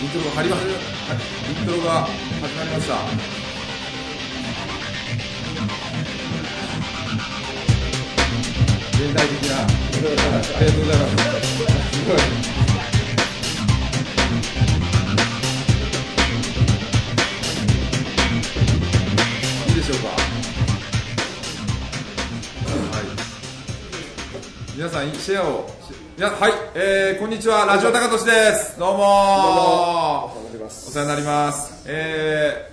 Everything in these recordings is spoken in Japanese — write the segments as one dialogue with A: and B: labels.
A: イントロが始まるイントロが始まりました現代的なありがとうございますすごいいいでしょうかはい皆さんシェアをしいやはい、えー、こんにちはラジオ高俊ですどうも
B: お世話になります
A: お世話になります、え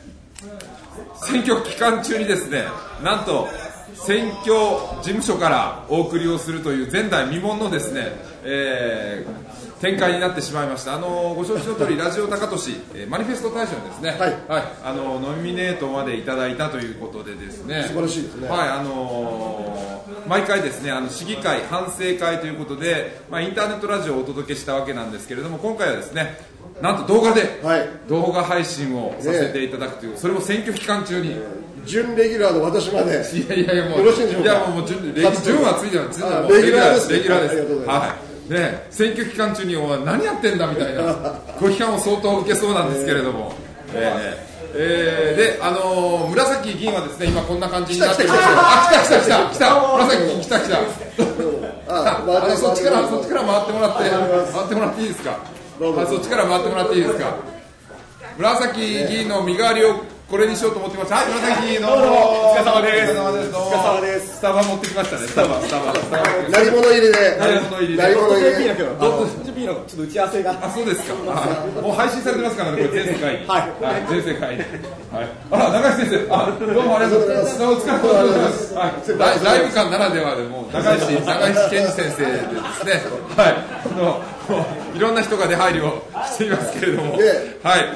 A: ー、選挙期間中にですねなんと選挙事務所からお送りをするという前代未聞のですね、えー展開になってしまいました、あのーご承知の通り、ラジオ高俊、えーマニフェスト大賞にですね、
B: はい
A: あのーノミネートまでいただいたということで、ですね
B: 素晴らしいですね
A: はいあのー毎回ですねあの市議会反省会ということで、まあ、インターネットラジオをお届けしたわけなんですけれども今回はですねなんと動画で、
B: はい
A: 動画配信をさせていただくという、それも選挙期間中に、
B: 準レギュラーの私まで
A: いやいやいやもう
B: よろしいんでしょうか
A: いやもうもう準レギュ
B: 初登場
A: 準はついてないついてない
B: あ
A: もう
B: レギュラーですね
A: レギュラーで
B: ありがとうご
A: す
B: ざいま
A: はいね選挙期間中にお前何やってんだみたい なご批判を相当受けそうなんですけれども、ええええであのー紫議員はですね今こんな感じになってるんですよあ来た来た来た来た紫議員来た来た
B: あ
A: あのそっちからそっち
B: か
A: から回ってもらって
B: 回ります
A: 回ってもらっていいですか
B: どうぞ
A: はいそっちから回ってもらっていいですか紫議員の身代わりをこれにしようと思ってましたはい紫議員のお疲れ様ですお疲れ様ですどうも
C: お疲れ様です
A: スタバ持ってきましたねスタバスタバスタバ
B: ら鳴り物入りで
A: 鳴り物入りで
B: 鳴り物入り
C: JP
B: で
C: の今日あの JP のちょっと打ち合わせ
A: あ
C: が
A: そうですかはいもう配信されてますからねこれ全世界に
C: はい
A: い全世界にはいあら中井先生あどうもありがとうございますお疲れ様でございますはいライライブ感ならではでもう中石中石健二先生でですねはいあのいろんな人が出入りをしていますけれどもはい
B: で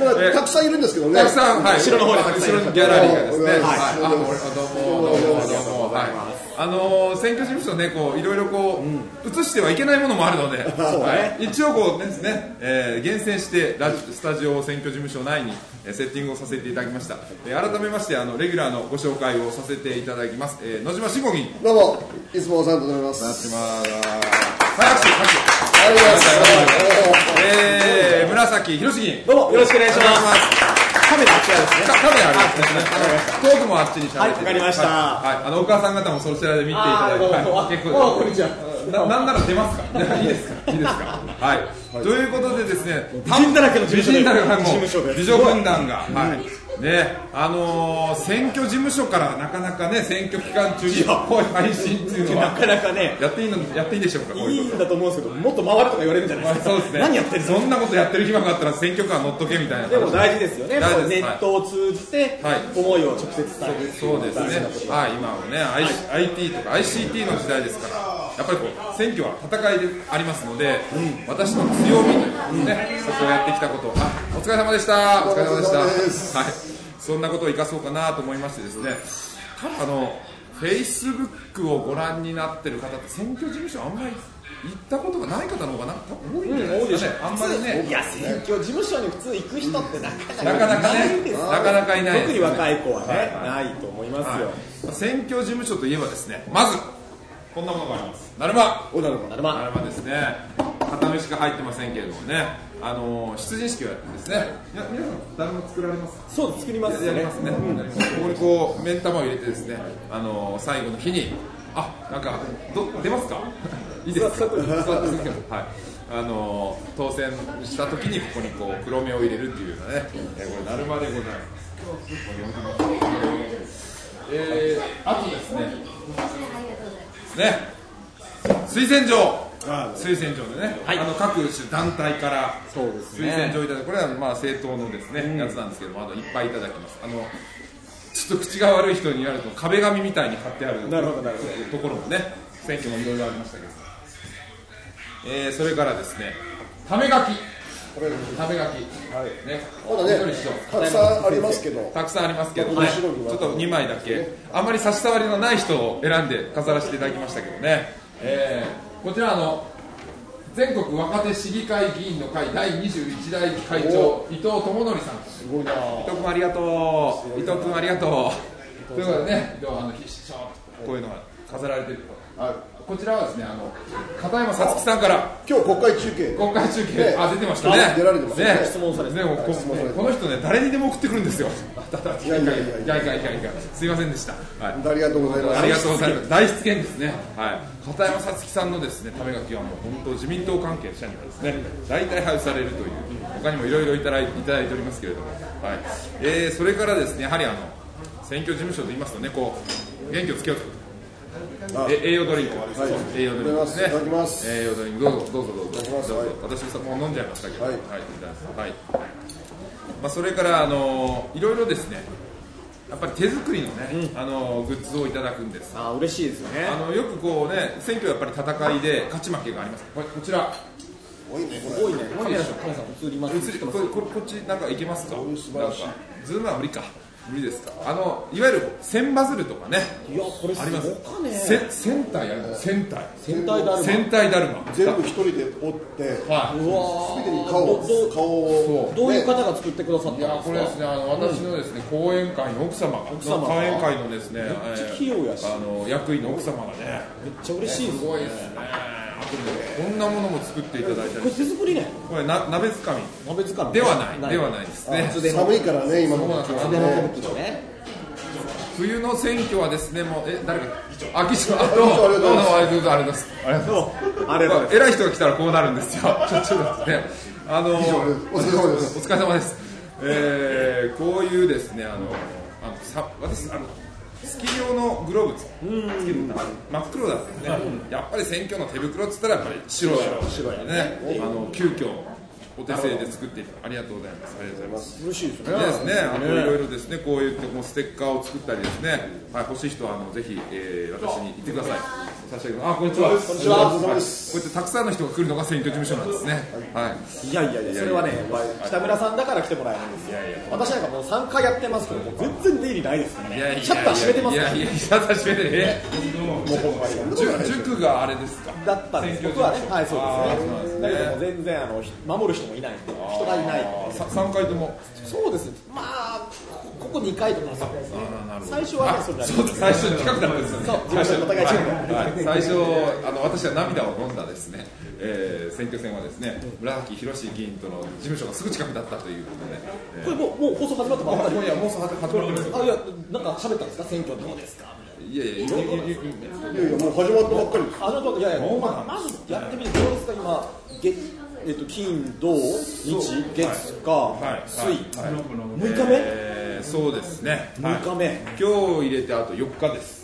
B: なんか
A: え
B: たくさんいるんですけどね
A: たくさん、はい、後ろの方に後ろのギャラリーがですね、
B: は
A: はいい、あ、どうも、どうも、どうも、どうも、はい。あのー、選挙事務所ね、こういろいろこう、映してはいけないものもあるので、はい、一応こうですね、えー厳選してラジスタジオ選挙事務所内にえーセッティングをさせていただきました。えー改めましてあのレギュラーのご紹介をさせていただきます。えー野島慎吾議員。
B: どうもいつもお世話になっております
A: 島はい、拍手、拍手。
B: ありがとうございます
A: えー、紫広重議員。
C: どうもよろしくお願いしますカメラあっちらですね
A: カカメラありますね。トークもあっちにしゃべって。
C: はいわかりました
A: はい、はいあのお母さん方もそちらで見ていただいて、
C: あ
A: は
C: あ
A: い結
C: どうもこんに
A: 構
C: ちは
A: です。ななんなら出ますか。 いやいいですか。いいですか。はい。ということでですね、
C: 美人だらけの事務所で
A: 美人だらけのもう
C: 事務所で
A: 美女軍団が、はい。ね、あのー選挙事務所からなかなかね選挙期間中にこういう配信っていうの
C: な
A: は
C: かなかね
A: やっていいのやっていいでしょうか。こう
C: い
A: いう
C: い
A: こと
C: んだと思うんですけどもっと回るとか言われるんじゃないですか
A: そうですね。
C: 何やってる
A: そんなことやってる暇があったら選挙カー乗っとけみたいな。
C: でも大事ですよね
A: 大事です
C: ネットを通じて
A: はい
C: 思いを直接伝えるってい
A: そうです
C: のが大事なこと
A: ね、はい、今はね、I IT とか ICT の時代ですから、やっぱりこう選挙は戦いでありますので、私の強みというね、そこをやってきたこと、あお疲れ様でした、お疲れ様でした、
B: お
A: は
B: 疲
A: い
B: れ様です、
A: そんなことを生かそうかなと思いましてですね、多分あの、フェイスブックをご覧になってる方って、選挙事務所、あんまり行ったことがない方の方がなんか多分多いんじゃないですかね、あんまりね
C: い。や選挙事務所に普通行く人ってなか
A: な
C: な
A: か
C: か
A: なか
C: ない
A: ね
C: です、よ
A: なかなかいないです、ね。
C: 特に若い子は
A: はい
C: ねないと思いますよ
A: はい、選挙事務所といえばですねまずこんなものがありますなるま
C: おなるほどなるま
A: なるまですね片目しか入ってませんけれどもねあのー、出陣式をやってですねいや皆さんだるま作られます
C: そうです作ります
A: や
C: よ
A: り
C: ね
A: ますね、ここにこう目ん玉を入れてですねあのー、最後の日にあなんかど出ます かいいですか座ってくださいはいあのー、当選した時にここにこう黒目を入れるっていうようなねえこれなるまでございますえー、あとですねね推薦状推薦状でね、あの各種団体から
C: そうです
A: 推薦状いただいてこれはまあ政党のですね、やつなんですけどもあのいっぱいいただきますあのちょっと口が悪い人に言われると壁紙みたいに貼ってある
C: なるほどなるほど
A: ところもね選挙もいろいろありましたけど、えー、それからですねため書きため書き、ね
B: まだね
A: 本当に一緒
B: たくさんありますけど
A: たくさんありますけど、
B: はい
A: ちょっと2枚だけ、あまり差し障りのない人を選んで飾らせていただきましたけどね、えーこちらあの、全国若手市議会議員の会第21代会長、伊藤智則さん、
B: すごいな
A: 伊藤君ありがとう、伊藤君ありがとう。ということでね、今日はあの必勝こういうのが飾られてると
B: はい
A: こちらはですねあの片山さつきさんから
B: 今日国会中継
A: 今回中継、
B: ね
A: あ出てましたね
B: あ出られてますね
A: ね
C: 質問されて
A: ね
C: た
A: もうこ
B: 質問されて
A: この人ね誰にでも送ってくるんですよい
B: いやいやいやいや
A: いやいやいやすいませんでした、はい
B: ありがとうございます
A: ありがとうございます。大出現ですね。はい。片山さつきさんのですね、ため書きはもう本当自民党関係者にはですね、大体配布されるという、他にもいろいろいただいいただいておりますけれども、はい。えー、それからですね、やはりあの選挙事務所と言いますとね、こう元気をつけよう
B: あ
A: と。え栄養ドリンク、栄養ドリンクですね。
B: いただきます
A: 栄養ドリンクどうぞどうぞどうぞ。
B: いただきます
A: どうぞ
B: はい
A: 私さもう飲んじゃいましたけど、は。
B: はいい
A: いただきますはい。まあそれからあのいろいろですね。やっぱり手作りのね、あのグッズをいただくんです。
C: あー嬉しいですよね
A: あのよくこうね、選挙やっぱり戦いで勝ち負けがあります。これこちら、
B: 多いねこ
C: 多いねカメラさんカメラさん映ります
A: 映りこれこれこっちなんかいけますか？
B: れ素晴らしい
A: なんかズームは無理か。無理ですか。あのいわゆる千バズルとかね、
C: いやこれす
A: あります
C: ごか。ね
A: せ戦隊やる。戦隊。
C: 戦隊だる
A: 戦隊だるま。
B: 全部一人で折って
A: はい。
C: まう
B: 全
C: わー
B: てに顔を
C: ど
B: 顔を
A: そ
C: どういう
B: ね
C: 方が作ってくださ
A: い
C: ったんです
A: や
C: か
A: これですねあの私のですね講演会の奥様が
C: 奥様が
A: 講演会のですね
C: っちゃ器用やし
A: えーあの役員の奥様がね
C: めっちゃ嬉しいです
A: すごいですねあとねこんなものも作っていただいた
C: こ
A: り
C: れ
A: して
C: 手作りね
A: これな鍋つかみ
C: 鍋つかみ
A: ではないではないですね
B: 寒いからね今
A: そ
B: の
A: うなんです
B: 時期
A: あ
B: は
A: の
B: ね
C: ちょっとね
A: 冬の選挙はですね、もう、え、誰か、あ、議長、あ、
B: 議
A: どうも、
B: 長ありがと
A: ど
B: う
A: う
B: ございます
A: も、ありがとうございます。ありがとうござい
C: あれ
A: ます。偉い人が来たらこうなるんですよ。ちょっとですね、あの、お
B: お疲れ様です
A: 疲れ様です。えー、こういうですね、あの、あの、さ、私、あの、スキー用のグローブつけてた真っ黒だったんでね、やっぱり選挙の手袋っつったらやっぱり白だろう白ねあの急遽お手製で作っていただいてありがとうございますありがとうございます
C: 嬉しいです
A: いい
C: ね
A: ですね、あのいろいろですね、こういってもうステッカーを作ったりですね、はい、欲しい人はあのぜひ、えー、私に言ってください。差し上げます。あ、こんにちは。こんに
B: ちはお疲れ様です
A: こうやってたくさんの人が来るのが選挙事務所なんですね。はい。
C: いやいやいやそれはねやっぱり北村さんだから来てもらえるんですよ私なんかもう3回やってますけどもう全然出入りないですから
A: いやいやいや
C: ねシャッター閉めてます
A: い
C: か
A: や
C: ら
A: い
C: ね
A: や、シャッター閉めてね。
C: もうほんまに
A: 塾塾があれですか。
C: だったんです僕はねはいそうですねだけどもう全然あのひ守る人もいないんで人がいないんで
A: さ三回とも。
C: そうですまあここ2回とかそうですね最初はねそれだけ
A: そうです最初に近くなったんですよね。
C: そう事務所にお互い近くなる
A: はい最初あの私は涙を飲んだですね、えー選挙戦はですね村脇博士議員との事務所がすぐ近くだったということで、えー
C: これもうもう放送始まったばっかり
A: 今夜もう始まってますよ
C: あいやなんか喋ったんですか選挙どうですか
A: いやいやいやいやいや
B: いやいやもう始まったばっかりです
C: あのいやいや
A: ノーマン
C: ままずやってみてどうですか今月えっと金土日月火
A: はい
C: 水
A: はいはい
C: 六日目
A: えーそうですねはい
C: 六日目いや
A: 今日入れてあと4日です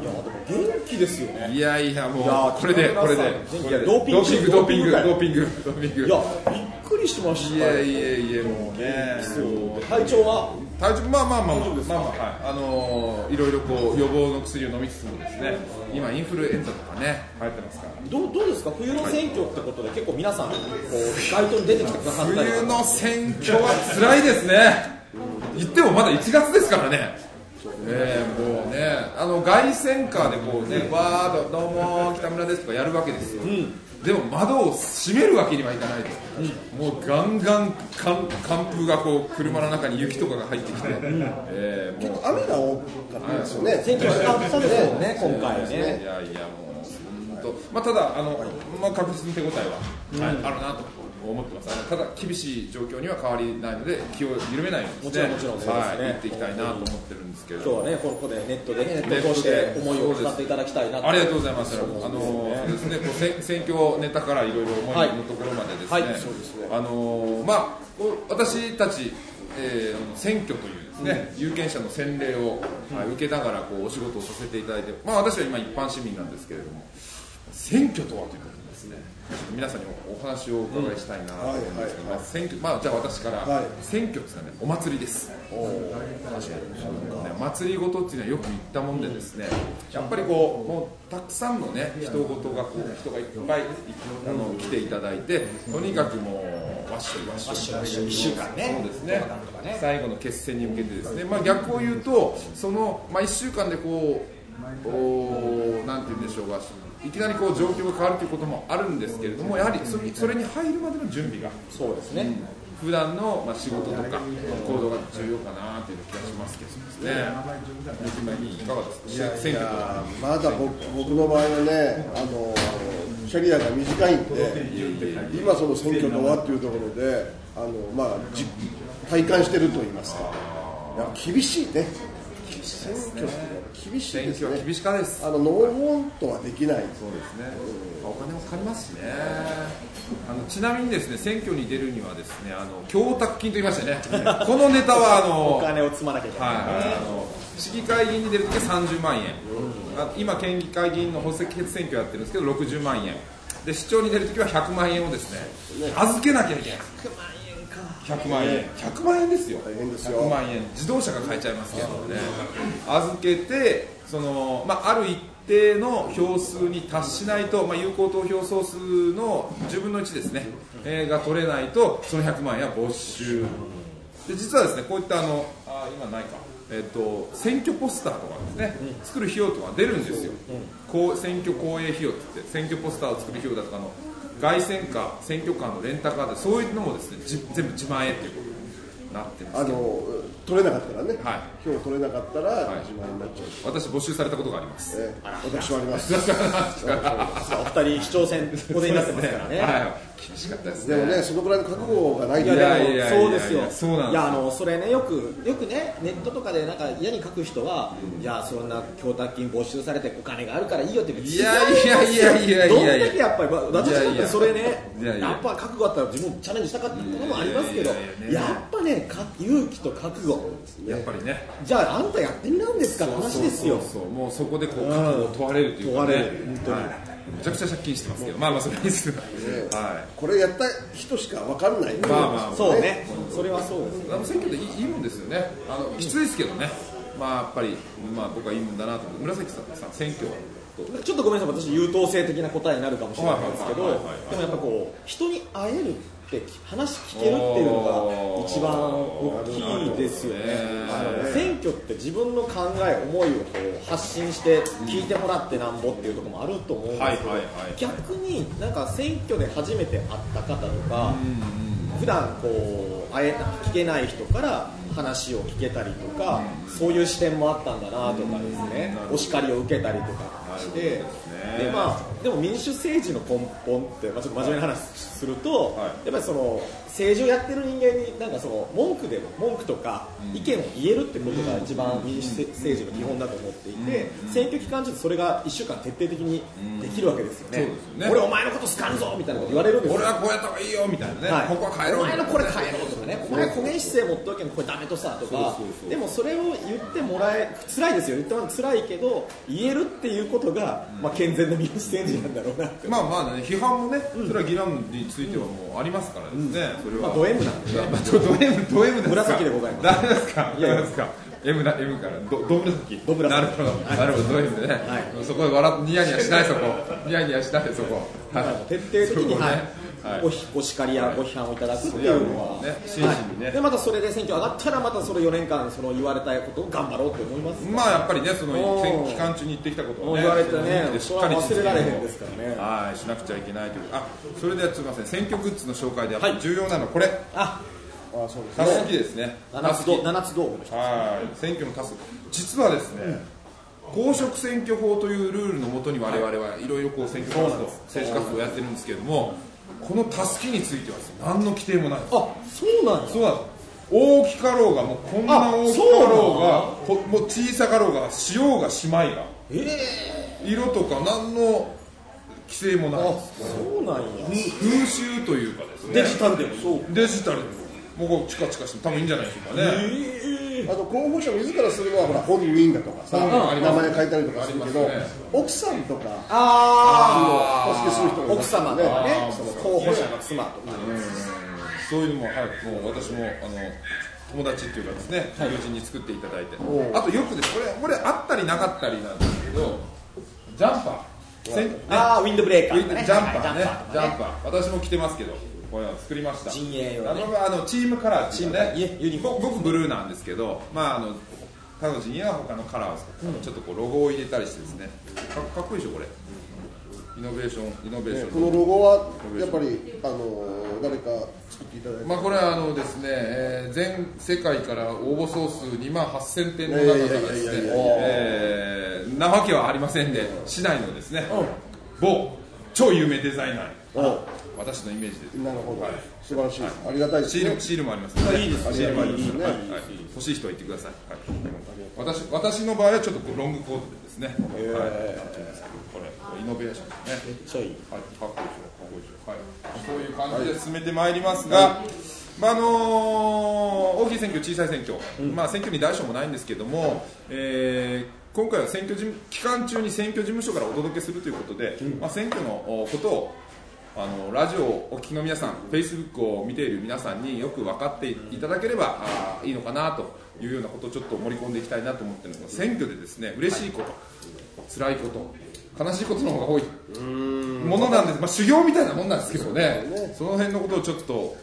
C: でも元気ですよね
A: いやいやも
C: いや
A: う
C: ー
A: これで
C: 北
A: こ
C: 村
A: れ
C: さん
A: でこれで
C: ドーピング
A: ドーピング
C: ド
A: ド
C: ー
A: ーピングドーピング
C: いやびっくりしました
A: いやいやいやもうねもう
C: 体調は
A: 体重まあまあまあまあまあまあ、はい、あのーいろいろこう予防の薬を飲みつつもですね今インフルエンザとかね流行ってますから
C: どうどうですか冬の選挙ってことで結構皆さんこう街頭に出てきてくださったり
A: 冬の選挙は辛いですね、言ってもまだ1月ですからね、ええもうね、あの凱旋カーでこうね、わーっと、どうもー、北村ですとかやるわけですよ、でも窓を閉めるわけにはいかないと、もうガンガン寒寒風がこう車の中に雪とかが入ってきて、ええもう
B: 雨が多かったですよね
C: 選挙スタートしたですもんね今回
A: いや
C: ね
A: いや、もう、本当、まあ、ただ、あの、まあ、確実に手応えは、はい、あるなと思ってます。あのただ、厳しい状況には変わりないので、気を緩めないようにして、
C: もちろんもちろん
A: はい、
C: そうですね
A: やっていきたいなと思ってるんですけれど
C: 今日
A: も。
C: はねここでネットでねネットを通して思いを語っていただきたいな
A: ありがとうございます。あのそうですね、こう選選挙ネタからいろいろ思いのところまでですね。
C: はいはいそうです
A: あのまあこう私たち、えーあの選挙というですね、有権者の洗礼を、はい受けながらこうお仕事をさせていただいて、まあ私は今一般市民なんですけれども、選挙とはということですね。ちょっと皆さんにおお話をお伺いしたいなと思うんですけど、ま
B: はいはいはい
A: あ選挙まあじゃあ私から、
B: はい
A: 選挙っていうのはねお祭りです。ね祭りごとっていうのはよく言ったもんでですね、やっぱりこうもうたくさんのね人ごとがこう人がいっぱいあの来ていただいて、とにかくもうわっしょいわっしょいわっしょい
C: 週間ね
A: そうですね。最後の決戦に向けてですね、まあ逆を言うとそのまあ一週間でこうおなんて言うんでしょうが。いきなりこう状況が変わるということもあるんですけれども、やはりそれそれに入るまでの準備が
C: そうですね
A: 普段のまあ仕事とか行動が重要かなっていう気がしますけどね。今いいかがですか。選挙とか。
B: まだ僕僕の場合はね、あのキャリアが短いんで、今その選挙とはっていうところで、あのまあじ体感してると言いますか、いや厳しいね。選挙って厳しい
A: 選
B: です
A: 挙は厳
B: ね。
A: しかです。
B: あのノーボンとはできない。
A: そうですね、お金もかかりますしね、あのちなみにですね選挙に出るには、ですねあの供託金と言いましてね、このネタはあ
C: お
A: の、はい
C: 金を積まなきゃいけない、
A: あの市議会議員に出るときは30万円、あ今、県議会議員の補欠選挙やってるんですけど、60万円、で市長に出るときは100万円をですね預けなきゃいけない。100万円100万円ですよ
B: 大変ですよ
A: 100万円自動車が買えちゃいますけどね預けてその、まあ、ある一定の票数に達しないと、まあ、有効投票総数の10分の1ですね、えーが取れないとその100万円は没収で実はですねこういったあのあー今ないかえっと選挙ポスターとかですね、作る費用とか出るんですよ、こう選挙公営費用って言って選挙ポスターを作る費用だとかの外選か選挙カーのレンタカーでそういうのもですねじ全部自前っていうことになってます
B: あの取れなかったらね、
A: はい
B: 今日取れなかったら、
A: い
B: 自慢になっちゃうし
A: 私募集されたことがあります
B: ね、私はあり ます。で
C: お二人市長選お出になってますからね
A: はい厳しかったですね
B: もね、そのくらいの覚悟がない
C: い
B: と
C: や
A: いやいや
C: でもそうです
A: いやい
C: よ
A: やそうなんですよ
C: いやあのそれねよくよくねネットとかでなんか嫌に書く人は、いやそんな供託金没収されてお金があるからいいよって言うけど
A: いやいやいやいやいやいや
C: どんだけやっぱりまあ私だっ
A: いやい
C: て
A: や
C: それね
A: いやいや
C: やっぱ覚悟あったら自分もチャレンジしたかったこともありますけど
A: いやいやいやいや
C: やっぱねか勇気と覚悟
A: やっぱりね
C: じゃああんたやってみなんですかって話ですよ
A: そうそうそうもうそこでこう覚悟を問われるというか、ね、
C: 問われる本当に
A: はいめちゃくちゃ借金してますけどまあまあそれはいいですけどはい
B: これやった人しかわかんない。
A: まあまあ
C: そうねそれはそうです
A: あの選挙でいいいいもんですよねあのきついですけどねまあやっぱりまあ僕はいいもんだなと思って紫さんさ選挙はどう
C: ちょっとごめんなさい、私、優等生的な答えになるかもしれないんですけど、
A: はい
C: で
A: はいはいはい
C: もやっぱこう、人に会えるって、話聞けるっていうのが、一番大きいですよねあの選挙って自分の考え、思いをこう発信して、聞いてもらってなんぼっていうところもあると思うんですけど
A: はいはいはい、
C: 逆になんか選挙で初めて会った方とか、普段こう会え聞けない人から話を聞けたりとか、そういう視点もあったんだなとかですね、お叱りを受けたりとかして、でまあ、でも民主政治の根本って、まあ、ちょっと真面目な話すると、
A: はい
C: やっぱりその政治をやってる人間になんかその文句でも文句とか意見を言えるってことが一番民主政治の基本だと思っていて、選挙期間中それが1週間徹底的にできるわけですよね
A: そうですよね
C: 俺お前のこと好かんぞみたいなこと言われるんですよ
A: 俺はこうやった方がいいよみたいなね、
C: はい
A: ここは変えろ
C: お
A: みた
C: 前
A: いな
C: のこれ変えろとかねお前焦げん姿勢持っておけんこれダメとさとかでもそれを言ってもらえ辛いですよ言ってもらうの辛いけど言えるっていうことが、まあ、健全な民主政治なんだろうなって、
A: まあまあね批判もね、それは議論についてはもうありますからですね、それは、
C: まあ、ド M なんでね
A: まあド M ド M ですか
C: 紫でございます
A: ダメですか
C: いやいや
A: ダメですか M だ M からどど紫
C: ど紫
A: なるほど、なるほどド M でね、
C: は
A: そこで笑っニヤニヤしないそこニヤニヤしないそこ、
C: だからもう徹底的に、
A: そこね
C: はい
A: はい
C: おひお叱りやご批判をいただくって
A: い
C: い
A: や
C: うの
A: も
C: は、
A: うね真摯にね、
C: でまたそれで選挙上がったらまたその4年間その言われたことを頑張ろうと思います、
A: まあやっぱりね、その
C: おー
A: 選挙期間中に行ってきたこと
C: も
A: を
C: う
A: ね、
C: 言われてね
A: しっかり
C: それは忘れられへんですからね
A: はい、しなくちゃいけないという、あそれで、すみません、選挙グッズの紹介で、やっぱり重要なの、これ、
C: あ
B: あ、そうです。
A: たすきですね、
C: 七つど
A: たす
C: 七つ道具の人
A: きはい、選挙のたすき、実はですね、公職選挙法というルールのもとに、我々はいろいろこう選挙活動、政治活動をやってるんですけれども、このたすきについてはですね、何の規定もないんです。
C: あそうなんや
A: そうだ大きかろうがもうこんな大きかろうがこもう小さかろうがしようがしまいが、色とか何の規制もない
C: あそうなんや
A: 風習というかですね
C: デジタルでもそう
A: デジタルでもうこうチカチカして多分いいんじゃないでしょうかね、
B: あと候補者自らするのはほら本人がとかさ、
A: んあり
B: 名
A: ます
B: 前書いたりとかするけど、
A: ありますね
B: 奥さんとか
C: あ
B: お助けする人
C: あ
B: が
C: 奥様とかねその候補者の妻とか
A: そういうのもはいもう私もあの友達っていうかですね友人に作っていただいて、あとよくですこれこれあったりなかったりなんですけどジャンパーせんね
C: ああウィンドブレーカ
A: ジャン
C: ーとか
A: パーね
C: ねジャン、パーと
A: ジ
C: か
A: ャンパー、私も着てますけど、これは作りました。
C: 陣営用
A: あ
C: ね
A: の、あのチームカラーっていうかね、
C: チームカラーいえユニフォーム
A: 僕僕ブルーなんですけど、まああの彼女には他のカラーを使って、ちょっとこうロゴを入れたりしてですねかかっこいいでしょこれイノベーションイノベーション
B: ねこのロゴはやっぱりあの誰か作っていただいて、
A: まあ、これはあのですね、えー全世界から応募総数2万8000点の中からです
B: いやいや
A: ね
B: いやいやいや
A: えーなわけはありませんで市内のですね某超有名デザイナー
B: お
A: 私のイメージです
B: なるほど、
A: はい
B: 素晴らしいです、ありがたいです
A: シ
B: ね
A: ールシールもありますので、
B: いいですね
A: シールもありますので、
B: い
A: はいい
B: ですね
A: はい欲しい人は言ってください。はい、私私の場合はちょっとこうロングコートでですね、はい、なんていうんですかこれこれイノベーションですね。
C: めっちゃいい
A: はい、かっこいいでしょかっこいいでしょはい、そういう感じで進めてまいりますが、まああのー大きい選挙、小さい選挙、まあ選挙に大小もないんですけども、えー今回は選挙事務期間中に選挙事務所からお届けするということで、まあ選挙のおことをあのラジオをお聞きの皆さん、フェイスブックを見ている皆さんによく分かっていただければあーいいのかなというようなことをちょっと盛り込んでいきたいなと思っているのが、選挙でですね嬉しいこと、辛いこと、悲しいことの方が多いものなんです、まあ、修行みたいなもんなんですけどね、その辺のことをちょっと、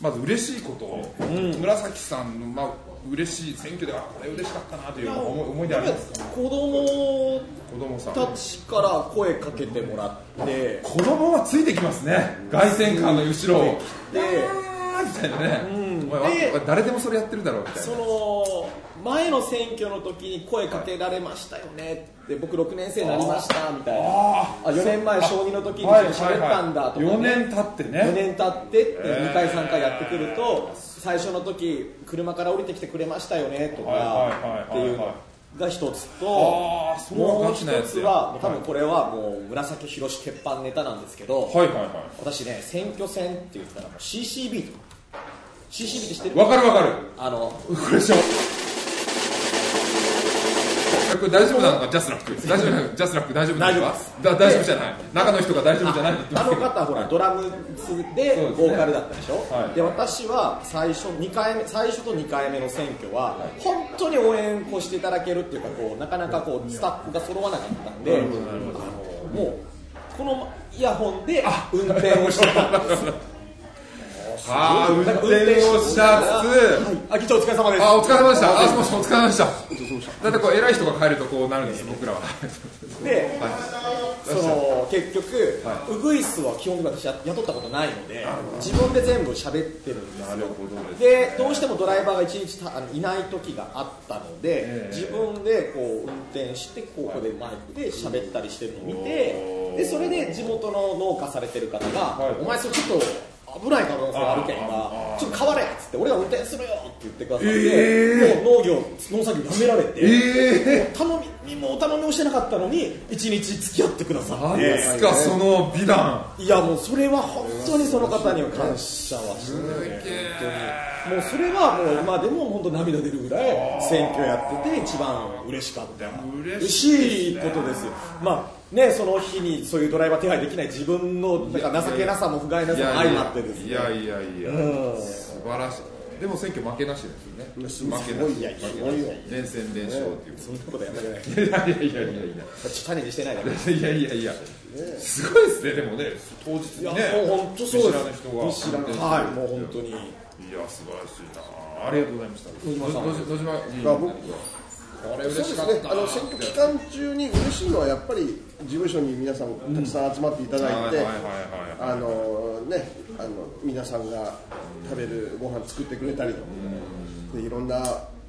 A: まず嬉しいことを、紫さんの、まあ嬉しい選挙で、あこれ嬉しかったなという思い思い出ありますか、
C: 子供
A: 子供さん。
C: たちから声かけてもらって
A: 子供はついてきますね、凱旋館の後ろを。
C: で
A: あーみたいなね、お前
C: で
A: わ誰でもそれやってるだろうみたいな
C: その前の選挙の時に声かけられましたよねって僕6年生になりましたみたいなあ4年前小2の時に
A: はいはい
C: 喋ったんだとか、ね
A: 4年経って
C: 4
A: ね
C: 年経ってって2回3回やってくると最初の時車から降りてきてくれましたよねとかって
A: はいはいはいはいはい
C: いうのが一つと
A: あーそれは
C: もう
A: ガチ
C: 一
A: なやつ
C: つ
A: や
C: は多分これはもう紫広し鉄板ネタなんですけど
A: はいはいは
C: 私ね選挙戦って言ったらもう CCB とか CCB って知って
A: い
C: る
A: わかるわかる
C: あの
A: これでしょこれ大丈夫なのかジャスラック大丈夫なのかジャスラック大丈夫なの
C: 大丈夫
A: か
C: です
A: だ大丈夫じゃない中の人が大丈夫じゃないって言
C: あ
A: って
C: の
A: ます
C: 方ほらドラムでボーカルだったでしょ
A: はい
C: で私は最初2回目最初と2回目の選挙は本当に応援をしていただけるっていうかこうなかなかこうスタッフが揃わなかったんであのもうこのイヤホンで運転をしてたんですよ
A: あー運転をしたつつ
C: はいあ議長お疲れ様です
A: あお疲れ様でしたあすみませんお疲れ様でしただってこう偉い人が帰るとこうなるんです僕らは
C: で、その結局、ウグイスは基本的に私や雇ったことないので自分で全部喋ってるんですよでどうしてもドライバーが一日たあのいない時があったので、自分でこう運転してここでマイクで喋ったりしてるのを見て、でそれで地元の農家されてる方が「お前それちょっと。危ない可能性があるけんが、ちょっと変われっつって、俺が運転するよって言ってくださって、もう農業、農作業やめられて、頼みもうお頼みをしてなかったのに一日付き合ってくださっ
A: 何
C: て
A: ですかその美談
C: いやもうそれは本当にその方には感謝はしてるもうそれはもう今でも本当涙出るぐらい選挙やってて一番嬉しかった嬉しいことですよまあねその日にそういうドライバー手配できない自分のなんか情けなさも不甲斐なさも相まってですね
A: いやいやいや素晴らしいでも選挙負けなしですよね負けなし
B: いやすごいよ
A: 連戦連勝っていう
C: そんなことやめられない
A: いやいやいやいやいや
C: 種にしてないだけ
A: いやいやいや、すごいですね、でもね、当日
C: いや
A: にね、
C: もう本当そうで
A: 見
C: す
A: 知らぬ人が
C: 見知らぬはいもう本当に
A: いや、素晴らしいな、ありがとうございました、野
C: 島さん
A: 野島、
B: まあ僕
A: あれ
B: そう
A: 嬉
B: で
A: しか
B: す
A: っ
B: ね
A: た
B: あの選挙期間中に嬉しいのはやっぱり事務所に皆さんたくさん集まっていただいて、
A: はいはいはいはい
B: あのねあの皆さんが食べるご飯作ってくれたりとか、でいろんな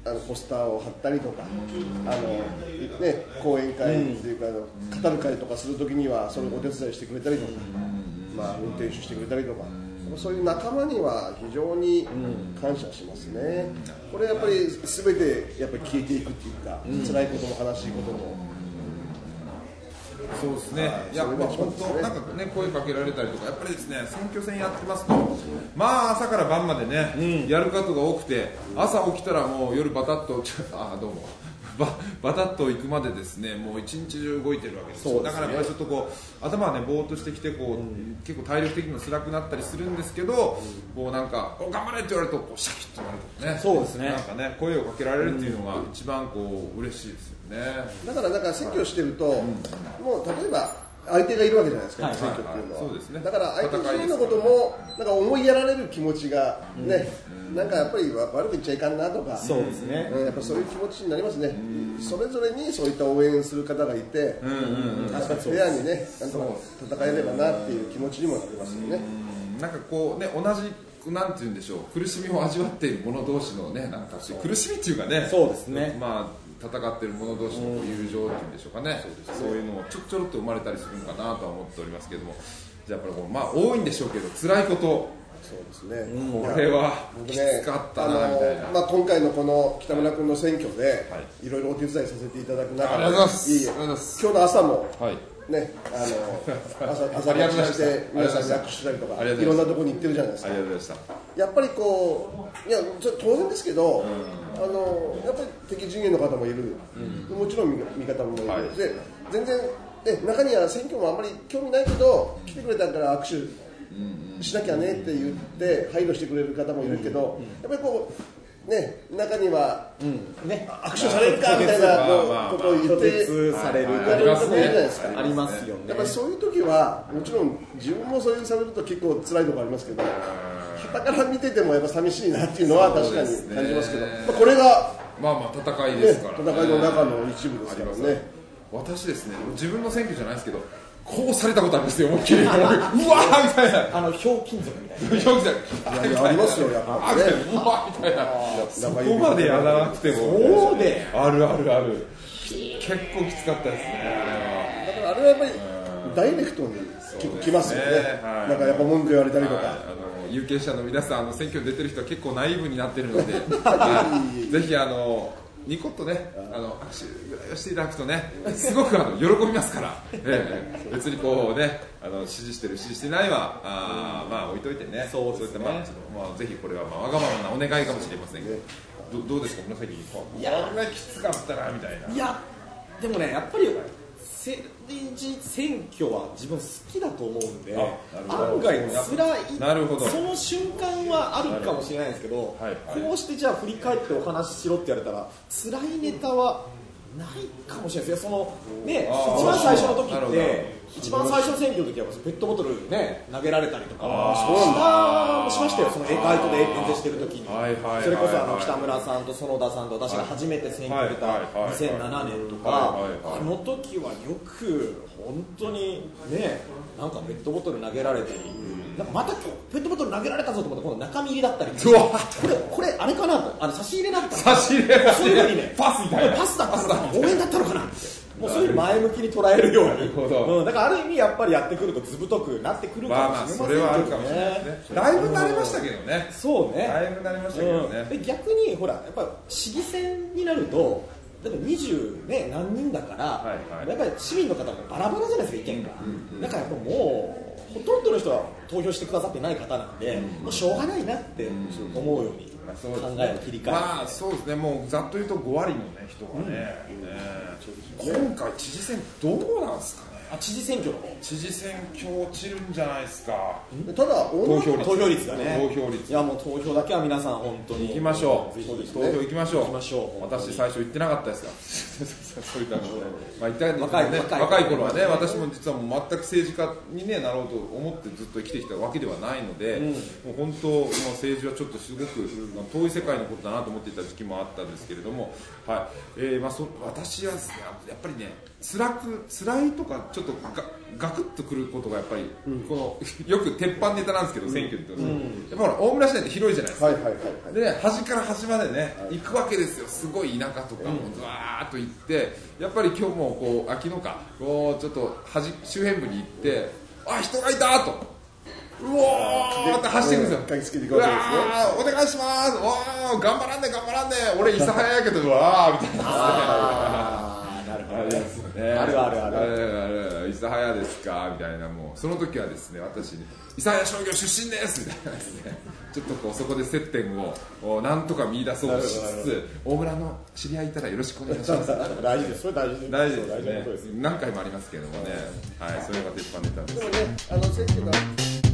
B: あのポスターを貼ったりとか、あのね講演会っていうか、あの語る会とかするときにはそれをお手伝いしてくれたりとか、まあ運転手してくれたりとか。そういう仲間には非常に感謝しますね、これやっぱり全てやっぱり消えていくっていうか、辛いことも悲しいことも、
A: そうですね、いや、
B: それ
A: ま
B: が
A: あ、
B: 一番
A: 本
B: ですね
A: 当、なんかね、声かけられたりとか、やっぱりですね、選挙戦やってますと、まあ、朝から晩までね、やることが多くて、朝起きたらもう夜、バタッと、 ちょあどうも。ババタッと行くまでですねもう一日中動いてるわけです
C: そうです
A: だか
C: ね
A: らやっぱりちょっとこう頭はねぼーっとしてきてこう、結構体力的にも辛くなったりするんですけど、こうなんかお頑張れって言われるとこうシャキッとなるとかね
C: そうですね
A: なんかね声をかけられるっていうのが一番こう嬉しいですよね、
B: だからなんか説教してると、もう例えば相手がいるわけじゃないですか、
C: はい
B: 選挙っていうのは、
A: はいはいそうですね
B: だから相手
A: 戦いで
B: 自身
A: す
B: のこともなんか思いやられる気持ちがね、なんかやっぱり悪く言っちゃいかんなとか
C: そうですね
B: んやっぱそういう気持ちになりますね、それぞれにそういった応援する方がいて、なんかフェアにねなんとか戦えればなっていう気持ちにもなりますよね、
A: なんかこうね同じなんていうんでしょう苦しみを味わっている者同士のねなんか苦しみっていうかね
C: そうですね
A: まあ戦っている者同士の友情っていうんでしょうかね、そういうのもちょろちょろっと生まれたりするのかなとは思っておりますけどもじゃあやっぱりこうまあ多いんでしょうけど辛いこと
B: そうですね、い
A: こ
B: や
A: れは
B: 僕
A: き
B: ね
A: つかったなみたいな、
B: あのまあ、今回のこの北村君の選挙で、、
A: はい
B: ろいろお手伝いさせていただく中で
A: ありがとうございます
B: いえい
A: あり
B: え
A: がとうございます
B: 今日の朝も、
A: はい
B: ね、あの 朝朝
A: ありがとうござい
B: 立
A: ま
B: ちし
A: した
B: て皆さんに握手したりと
A: あ
B: か
A: りがとうございました
B: いろんなところに行ってるじゃないです
A: あり
B: か
A: がとうございました
B: やっぱりこういやちょ当然ですけど、あのやっぱり敵陣営の方もいる、もちろん味味方もいる、
A: はい
B: で全然で中には選挙もあんまり興味ないけど来てくれたから握手しなきゃねって言って配慮してくれる方もいるけど、やっぱりこうね中には
C: ね
B: 握手されるかみたいなこう
A: まあまあ
B: ことを言
C: 拒
B: って。
C: 絶される
B: ありますね
C: 方もいるじゃないですかありますよね
B: やっぱりそういう時はもちろん自分もそういうされると結構辛いところありますけど傍から見ててもやっぱ寂しいなっていうのは確かに感じますけ
A: そ
B: ど
A: うですね
B: まあこれが、
A: まあまあ戦い
B: ね、
A: ですから、
B: 戦いの中の一部ですからね
A: 私ですね自分の選挙じゃないですけどこうされたことありますよ思いっきりうわーみたいな
C: あのひょうきん族みたいな
A: 表記じゃ
B: いやいやありますよやっぱ
A: あ
B: りね
A: うわーみたいな
B: そ
A: ここまでやらなくても
C: そうで
A: あるあるある結構きつかったですね
B: だからあれはやっぱりダイレクトに結構来ますよね
A: そうですねはい
B: なんかやっぱ文句言われた
A: あ
B: りとか、
A: あの有権者の皆さんあの選挙に出てる人は結構ナイーブになってるのではいぜひあのニコッとねあの握手ぐらいをしていただくとねすごくあの喜びますから、ええ別にこうねあの支持してる支持してないはあーまあ置いといてね
C: そうですね
A: いったまあちょっとまあぜひこれはまあわがままなお願いかもしれませんけどどどうですか紫こ
C: いや
A: れきつかったなみたいない
C: やでもねやっぱり政治選挙は自分好きだと思うんで
A: あなるほど
C: 案外辛い
A: なるほど
C: その瞬間はあるかもしれないんですけど、
A: はい
C: こうしてじゃあ振り返ってお話ししろって言われたら辛いネタはないかもしれないですよそのね
A: あー
C: 一番最初の時
A: なる
C: っ
A: ほど
C: て一番最初の選挙の時はペットボトルね投げられたりとか
A: あー
C: したしましたよそのバイトで演説してる時に
A: はいはいはいはい
C: それこそあの北村さんと園田さんと私が初めて選挙に出た
A: はいはいはいはい
C: 2007年とか、
A: はいはいはい
C: あの時はよく本当にねなんかペットボトル投げられたり、なんかまた今日ペットボトル投げられたぞと思ったら今度中身入りだったり
A: うわ
C: これこれあれかなとあの差し入れだった
A: 差し入れ
C: そういうふうにね
A: パスみたいな
C: パスだったのかな応援だったのかなってもうそういうふうに前向きに捉えるように
A: るほど
C: うん、だからある意味やっぱりやってくるとずぶとくなってくるか
A: まあまあ
C: もしれませんけ
A: そ
C: ど
A: れはあるかもしれないですねだいぶ慣れましたけどね
C: そうね
A: だいぶ慣れましたけどね
C: うんで逆にほらやっぱ市議選になるとだって20、ね、何人だから、
A: はいはい
C: やっぱり市民の方もバラバラじゃないですか、意見が、だからやっぱもう、ほとんどの人は投票してくださってない方なんで、もうしょうがないなって思うように
A: まあ
C: 考
A: そうですね
C: えを切り替えて、
A: まあそうですね、もうざっと言うと5割の、ね、人がね,ね、今回、知事選、どうなんですかね、
C: あ知事選挙の方
A: 知事選挙落ちるんじゃないですか、
B: ただ
A: 投
B: 女
A: 票率
C: 投票率がね、
A: 投票率
C: いやもう投票だけは皆さん、本当に
A: 行きましょう、
C: そうです
A: 投
C: ね
A: 票行きましょう、
C: 行きましょう
A: 私、最初行ってなかったです から、そういったことで、まあ、行ったんですけどね
C: 若い
A: 若い頃はね、私も実はもう全く政治家に、ね、なろうと思ってずっと生きてきたわけではないので、もう本当、もう政治はちょっとすごく遠い世界のことだなと思っていた時期もあったんですけれども、はいえーまあ、そ私はですねやっぱりね、辛く辛いとか、ちょっとがガクッとくることがやっぱり、この よく鉄板ネタなんですけど、選挙って、でもほら大村市内って広いじゃないですか。
B: はいはいはいはい
A: でね、端から端までね、行くわけですよ、すごい田舎とか、もうずわーっと行って、やっぱり今日もこう、秋のか、こうちょっと端周辺部に行って、あ人がいたーと、うおーって走っていくんですよ、
B: うん嗅ぎつけていくわけですね
A: うわーお願いします、おー頑張らんね、頑張らんね、俺、諫早やけど、うわーみたいな。
C: あーなるほど
A: あれ
C: ね
A: ですよね
C: あるあるある
A: あるある諫早ですかみたいなもうその時はですね私に諫早商業出身ですみたいなですね ちょっとこうそこで接点をおなんとか見出そうとしつつ大村の知り合いいたらよろしくお願いします
C: 大事 です、それ大事です
A: 大事で
C: 大事なことです
A: すね何回もありますけれどもねはいそれが鉄板ネタです
B: でもねあの選挙が